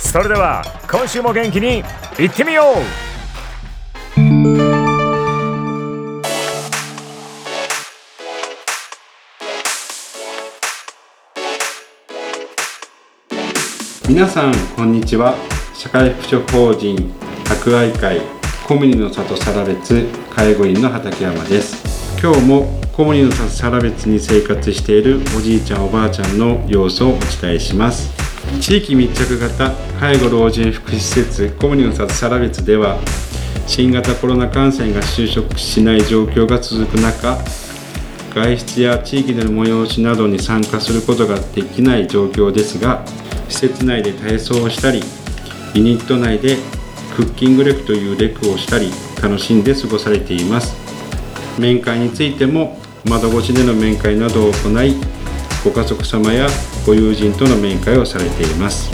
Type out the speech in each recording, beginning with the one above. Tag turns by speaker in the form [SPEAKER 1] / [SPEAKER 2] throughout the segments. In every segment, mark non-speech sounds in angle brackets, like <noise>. [SPEAKER 1] それでは今週も元気にいってみよう
[SPEAKER 2] 皆さんこんにちは社会福祉法人博愛会小森の里サラベツ介護員の畠山です今日も小森の里サラベツに生活しているおじいちゃんおばあちゃんの様子をお伝えします地域密着型介護老人福祉施設小森の里サラベツでは新型コロナ感染が就職しない状況が続く中外出や地域での催しなどに参加することができない状況ですが施設内で体操をしたりユニット内でクッキングレクというレクをしたり楽しんで過ごされています面会についても窓越しでの面会などを行いご家族様やご友人との面会をされています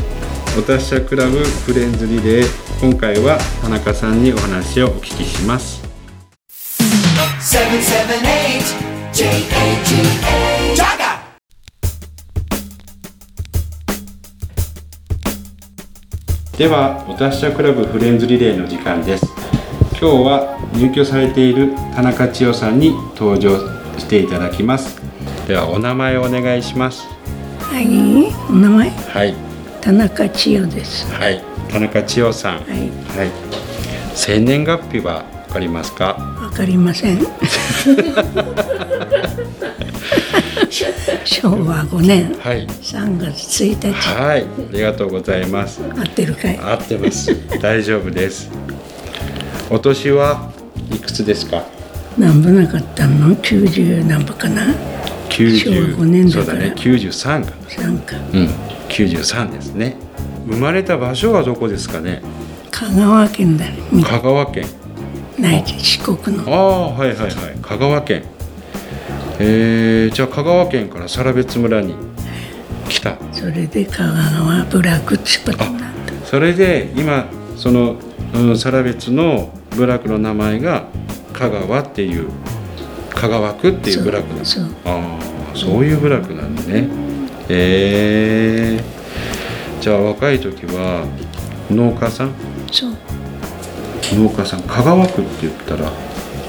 [SPEAKER 2] お達者クラブフレンズリレー今回は田中さんにお話をお聞きします
[SPEAKER 3] seven seven eight J A G A Jaga.
[SPEAKER 2] ではお達者クラブフレンズリレーの時間です今日は入居されている田中千代さんに登場していただきますではお名前をお願いします
[SPEAKER 4] はい、お名前
[SPEAKER 2] はい
[SPEAKER 4] 田中千代です。
[SPEAKER 2] はい田中千代さんは
[SPEAKER 4] はい、
[SPEAKER 2] い生年月日はわかりますか
[SPEAKER 4] わかりません。 <laughs> 昭和5年
[SPEAKER 2] はい
[SPEAKER 4] 3月1日、
[SPEAKER 2] はいありがとうございます
[SPEAKER 4] 合ってるかい？
[SPEAKER 2] 合ってます <laughs> 大丈夫ですお年はいくつですか
[SPEAKER 4] なんぼなかったの？90何歩かな？
[SPEAKER 2] 90
[SPEAKER 4] 昭和5年だ
[SPEAKER 2] そう
[SPEAKER 4] から
[SPEAKER 2] だね93か
[SPEAKER 4] 三か。
[SPEAKER 2] うん、93ですね生まれた場所はどこですかね
[SPEAKER 4] 香川県だ。み
[SPEAKER 2] 香川県
[SPEAKER 4] 内地四国
[SPEAKER 2] あ
[SPEAKER 4] の
[SPEAKER 2] あはいはいはい香川県えー、じゃあ香川県から更別村に来た
[SPEAKER 4] それで香川ブラックチパトになっ
[SPEAKER 2] それで今その、うん、更別の部落の名前が香川っていう香川区っていう部落なん
[SPEAKER 4] た。
[SPEAKER 2] です
[SPEAKER 4] そう。
[SPEAKER 2] ああそういう部落なんだねえー、じゃあ若い時は農家さん
[SPEAKER 4] そう。
[SPEAKER 2] 農家さん香川区って言ったら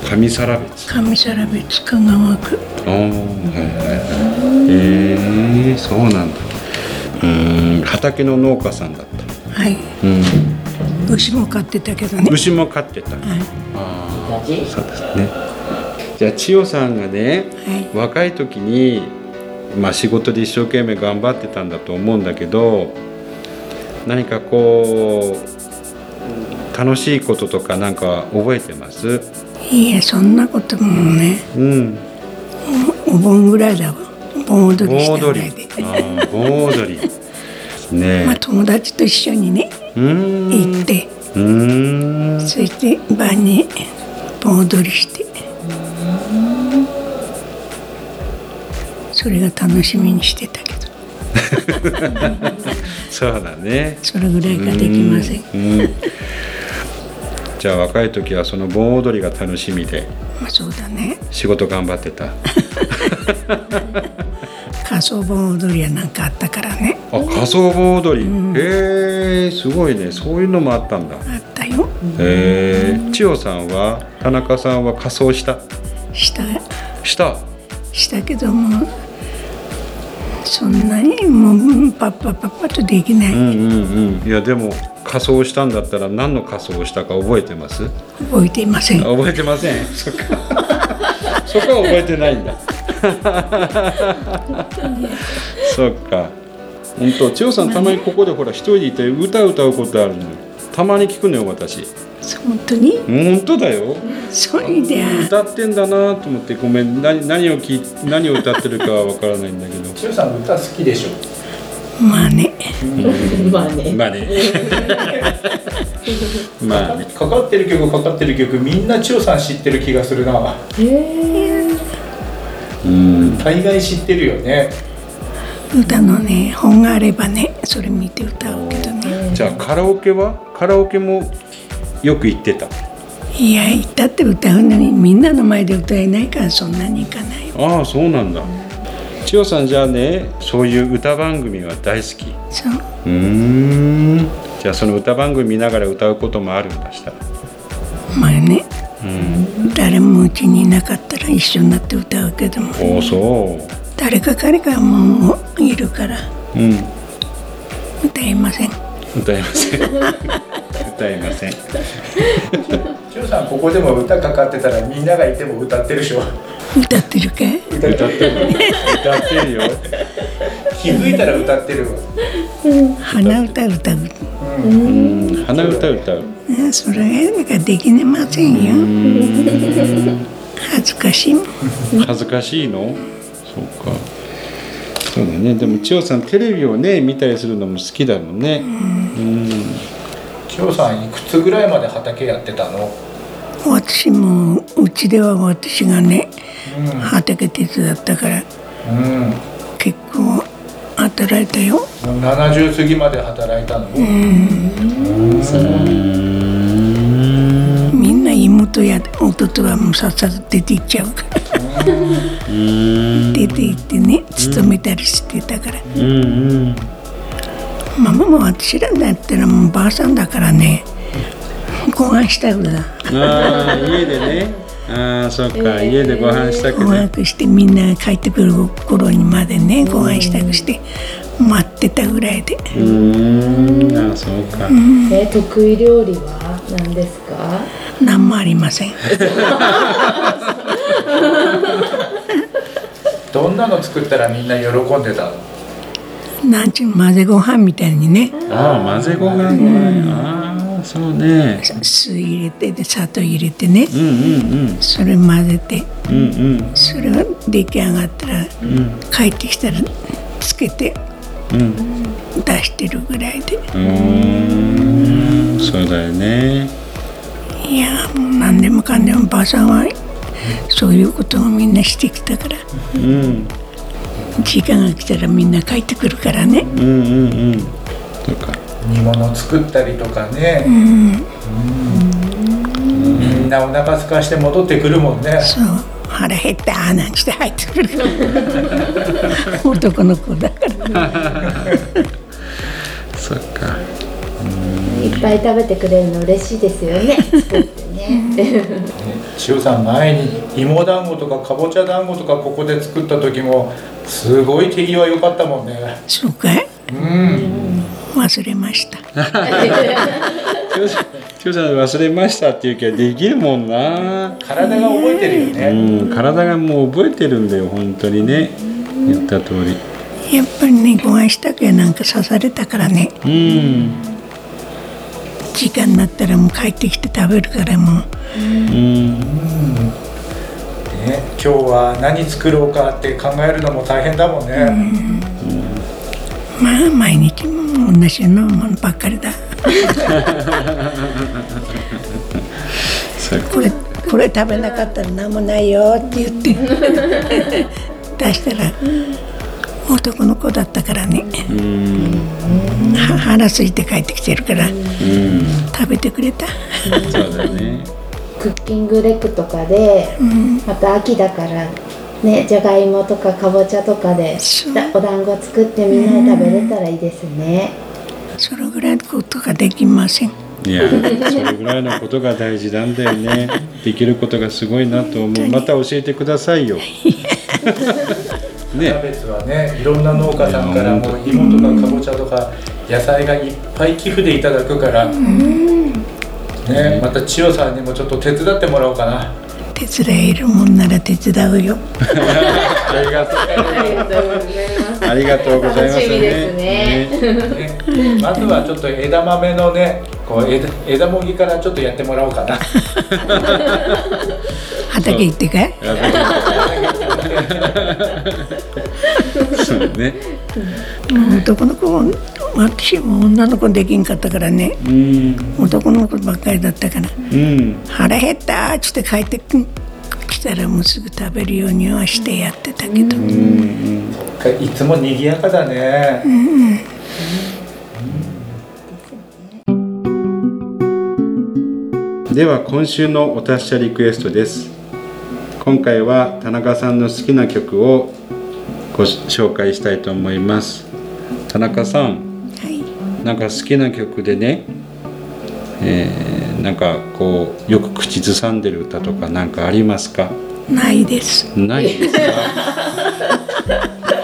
[SPEAKER 2] 上皿別
[SPEAKER 4] 上皿別香川区。
[SPEAKER 2] ああはいはいはいへえー、そうなんだうーん畑の農家さんだっ <laughs>
[SPEAKER 4] はい。
[SPEAKER 2] た、うん、
[SPEAKER 4] 牛も飼ってたけどね。
[SPEAKER 2] 牛も飼ってた、
[SPEAKER 4] はい。
[SPEAKER 2] ああそうですねじゃあ千代さんがね
[SPEAKER 4] はい。
[SPEAKER 2] 若い時に、まあ、仕事で一生懸命頑張ってたんだと思うんだけど何かこう楽しいこととかなんか覚えてます
[SPEAKER 4] いいえ、そんなこともね、
[SPEAKER 2] うん
[SPEAKER 4] お盆ぐらいだわ。盆踊りした
[SPEAKER 2] 盆
[SPEAKER 4] ぐ
[SPEAKER 2] 踊
[SPEAKER 4] ら
[SPEAKER 2] り
[SPEAKER 4] いで。。
[SPEAKER 2] あー盆踊り。ね
[SPEAKER 4] まあ、友達と一緒にね、
[SPEAKER 2] え。うーん。
[SPEAKER 4] 行って、
[SPEAKER 2] うーん。
[SPEAKER 4] そして晩に盆踊りして。それが楽しみにしてたけど、
[SPEAKER 2] そうだね。
[SPEAKER 4] それぐらいができません。
[SPEAKER 2] うん。じゃあ若い時はその盆踊りが楽しみで
[SPEAKER 4] まあ、そうだね。
[SPEAKER 2] 仕事頑張ってた。あ、
[SPEAKER 4] 仮想盆踊りやなんかあったからね。
[SPEAKER 2] 仮装盆踊り。へえ、すごいね。そういうのもあったんだ。
[SPEAKER 4] あったよ。
[SPEAKER 2] へえ。千代さんは田中さんは仮装した。
[SPEAKER 4] した、
[SPEAKER 2] した。
[SPEAKER 4] したけども。そんなにもうパッパッパッパとできない。
[SPEAKER 2] うんうんうん。いやでも仮装したんだったら何の仮装をしたか覚えてます
[SPEAKER 4] 覚えていません。
[SPEAKER 2] 覚えてませんそっかそこは覚えてないんだそっか本当千代さんたまにここでほら一人でいて歌歌うことあるのよたまに聞くのよ私
[SPEAKER 4] 本当に
[SPEAKER 2] 本当だよ
[SPEAKER 4] それで
[SPEAKER 2] 歌ってんだなと思ってごめん何何を聞い何を歌ってるかはわからないんだけど
[SPEAKER 5] 千代さんの歌好きでしょ
[SPEAKER 4] まあね
[SPEAKER 6] まあね。
[SPEAKER 2] まあねまあね
[SPEAKER 5] かかってる曲かかってる曲みんな千代さん知ってる気がするな
[SPEAKER 6] へえ。
[SPEAKER 2] うん
[SPEAKER 5] 大概知ってるよね
[SPEAKER 4] 歌のね本があればねそれ見て歌うけどね
[SPEAKER 2] じゃあカラオケはカラオケもよく行ってた
[SPEAKER 4] いや行ったって歌うのにみんなの前で歌えないからそんなにいかない
[SPEAKER 2] ああそうなんだ千代さんじゃあねそういう歌番組は大好き
[SPEAKER 4] そう
[SPEAKER 2] うーんじゃあその歌番組見ながら歌うこともあるんだしたら
[SPEAKER 4] まあね、誰もうちにいなかったら一緒になって歌うけども
[SPEAKER 2] おおそ
[SPEAKER 4] 誰か彼かもういるから
[SPEAKER 2] ううん
[SPEAKER 4] 歌えません
[SPEAKER 2] 歌えま <laughs> せん歌えません
[SPEAKER 5] 千代さんここでも歌かかってたらみんながいても歌ってるでしょ
[SPEAKER 4] 歌ってるかい
[SPEAKER 5] 歌って
[SPEAKER 2] 歌ってる歌ってるよ
[SPEAKER 5] 気づいたら歌ってるわ
[SPEAKER 4] 鼻歌歌う、
[SPEAKER 2] うん鼻歌歌う
[SPEAKER 4] ね、それができませんよ恥ずかしいもん
[SPEAKER 2] 恥ずかしいのそうかそうだねでも千代さんテレビをね見たりするのも好きだもんね
[SPEAKER 5] 千代さんいくつぐらいまで畑やってたの
[SPEAKER 4] 私もうちでは私がね、畑手伝ったから
[SPEAKER 5] うん
[SPEAKER 4] 結構働いたよ
[SPEAKER 5] もう70過ぎまで働いたの、
[SPEAKER 4] みんな妹や弟はもうさっさと出て行っちゃうから出て行ってね勤めたりしてたから、ママも私らだったらもうばあさんだからねご飯したくだ
[SPEAKER 2] ああ家でねああそっか家でご飯したく
[SPEAKER 4] ご
[SPEAKER 2] て
[SPEAKER 4] 飯してみんなが帰ってくる頃にまでねご飯したくして待ってたぐらいで
[SPEAKER 2] うーんああそうか
[SPEAKER 6] え得意料理は何ですか？
[SPEAKER 4] 何もありません
[SPEAKER 5] どんなの作ったらみんな喜んでたの
[SPEAKER 4] なんちゅう混ぜご飯みたいにね
[SPEAKER 2] ああ混ぜご飯ねああそうね
[SPEAKER 4] 酢入れてで砂糖入れてね
[SPEAKER 2] うんうん
[SPEAKER 4] それ混ぜて
[SPEAKER 2] うんうん
[SPEAKER 4] それが出来上がったら、帰ってきたらつけて、出してるぐらいで
[SPEAKER 2] うんそうだよね
[SPEAKER 4] いやもう何でもかんでもばあさんはそういうことをみんなしてきたから、
[SPEAKER 2] うん
[SPEAKER 4] 時間が来たらみんな帰ってくるからね、
[SPEAKER 2] うんうんうんそっか
[SPEAKER 5] 煮物作ったりとかね、うんみんなお腹空かして戻ってくるもんね
[SPEAKER 4] そう腹減ったなんて入ってくるから男の子だから
[SPEAKER 2] そっか
[SPEAKER 6] いっぱい食べてくれるの嬉しいです
[SPEAKER 4] <laughs>
[SPEAKER 6] よね。作ってね。
[SPEAKER 5] 千代さん前に芋団子とかかぼちゃ団子とかここで作った時もすごい手際良かったもんね
[SPEAKER 4] そうかい忘れました
[SPEAKER 2] 千代さん千代さん忘れましたっていう気はできるもんな
[SPEAKER 5] 体が覚えてるよ
[SPEAKER 2] う
[SPEAKER 5] ね、
[SPEAKER 2] ん体がもう覚えてるんだよ本当にね言った通り
[SPEAKER 4] やっぱりねご飯したけなんか刺されたからね
[SPEAKER 2] うん
[SPEAKER 4] 時間になったらもう帰ってきて食べるからもう
[SPEAKER 5] ね今日は何作ろうかって考えるのも大変だもんね、
[SPEAKER 4] まあ毎日も同じのものばっかりだ
[SPEAKER 2] そっか
[SPEAKER 4] これこれ食べなかったら何もないよって言って出したら男の子だったからねは腹すいて帰ってきてるから食べてくれた
[SPEAKER 2] そうだよね
[SPEAKER 6] クッキングレッグとかで、また秋だから。ね、じゃがいもとかかぼちゃとかで
[SPEAKER 4] そう
[SPEAKER 6] だお団子作ってみんなで食べれたらいいですね。
[SPEAKER 4] それぐらいのことができません
[SPEAKER 2] いやそれぐらいのことが大事なんだよねできることがすごいなと思うまた教えてくださいよ
[SPEAKER 5] キャ
[SPEAKER 2] ね
[SPEAKER 5] ベツはねいろんな農家さんからもう芋とかかぼちゃとか野菜がいっぱい寄付でいただくから、ね、また千代さんにもちょっと手伝ってもらおうかな
[SPEAKER 4] 手伝えるもんなら手伝うよ
[SPEAKER 5] ありがと
[SPEAKER 2] <laughs>
[SPEAKER 6] ありがとうござ
[SPEAKER 2] ありがとうご
[SPEAKER 6] います
[SPEAKER 2] ざいます
[SPEAKER 6] 楽しみですね <laughs>
[SPEAKER 5] う、ね、まずはちょっと枝豆のねこう枝枝もぎからちょっとやってもらおうかな
[SPEAKER 4] 畑行ってかい
[SPEAKER 2] やばいそうね。
[SPEAKER 4] もう男の子も私も女の子できんかったからね
[SPEAKER 2] うん。
[SPEAKER 4] 男の子ばっかりだったから
[SPEAKER 2] うん。
[SPEAKER 4] 腹減ったっつって帰ってく来たらもうすぐ食べるようにはしてやってたけど、
[SPEAKER 5] いつも賑やかだね、
[SPEAKER 2] では今週のお達者リクエストです。今回は田中さんの好きな曲をご紹介したいと思います。田中さん、
[SPEAKER 4] はい、
[SPEAKER 2] なんか好きな曲でね、えーなんかこうよく口ずさんでる歌とかなんかありますか？
[SPEAKER 4] ないです
[SPEAKER 2] ないですか。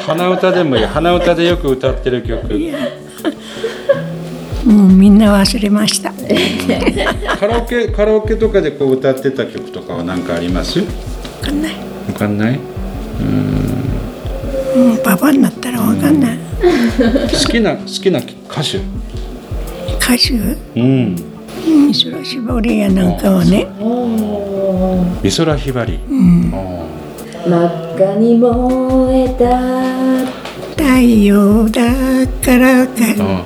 [SPEAKER 2] 鼻歌でもいい。鼻歌でよく歌ってる曲。
[SPEAKER 4] もうみんな忘れました
[SPEAKER 2] カラオケカラオケとかでこう歌ってた曲とかは何かあります？わ
[SPEAKER 4] 分かんない
[SPEAKER 2] かんない。
[SPEAKER 4] もうパパになったら分かんない
[SPEAKER 2] 好きな好きな歌手。
[SPEAKER 4] 歌手
[SPEAKER 2] うん。
[SPEAKER 4] 美空しぼりやなんかはね
[SPEAKER 2] 美空ひばり。
[SPEAKER 6] 真っ赤に燃えた
[SPEAKER 4] 太陽だからか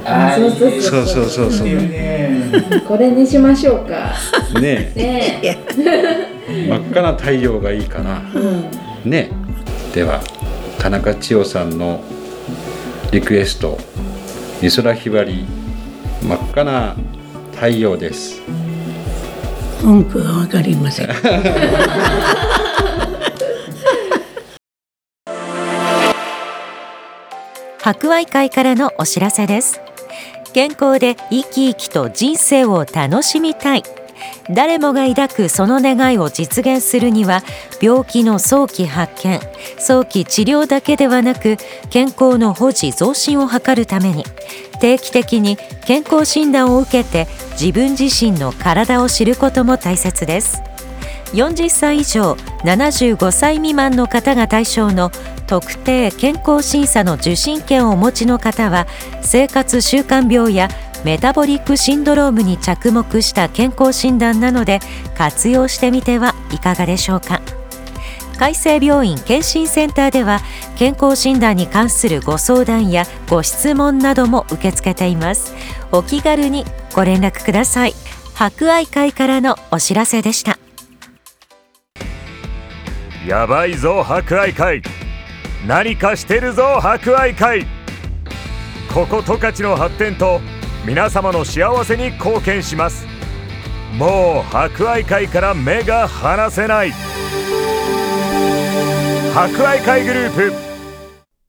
[SPEAKER 5] あ
[SPEAKER 6] そうそうそう
[SPEAKER 2] そうそうそうそう。ね
[SPEAKER 6] これにしましょうか
[SPEAKER 2] え、
[SPEAKER 6] ねえ
[SPEAKER 2] 真っ赤な太陽がいいかな。ねえ。では田中千代さんのリクエスト美空ひばり真っ赤な太陽です。
[SPEAKER 4] 文句は分かりません
[SPEAKER 7] 博愛会からのお知らせです健康で生き生きと人生を楽しみたい誰もが抱くその願いを実現するには病気の早期発見早期治療だけではなく健康の保持増進を図るために定期的に健康診断を受けて自分自身の体を知ることも大切です40歳以上75歳未満の方が対象の特定健康審査の受診券をお持ちの方は生活習慣病やメタボリックシンドロームに着目した健康診断なので活用してみてはいかがでしょうか海生病院健診センターでは健康診断に関するご相談やご質問なども受け付けていますお気軽にご連絡ください博愛会からのお知らせでした
[SPEAKER 1] やばいぞ博愛会何かしてるぞ博愛会ここ十勝の発展と皆様の幸せに貢献しますもう博愛会から目が離せない博愛会グループ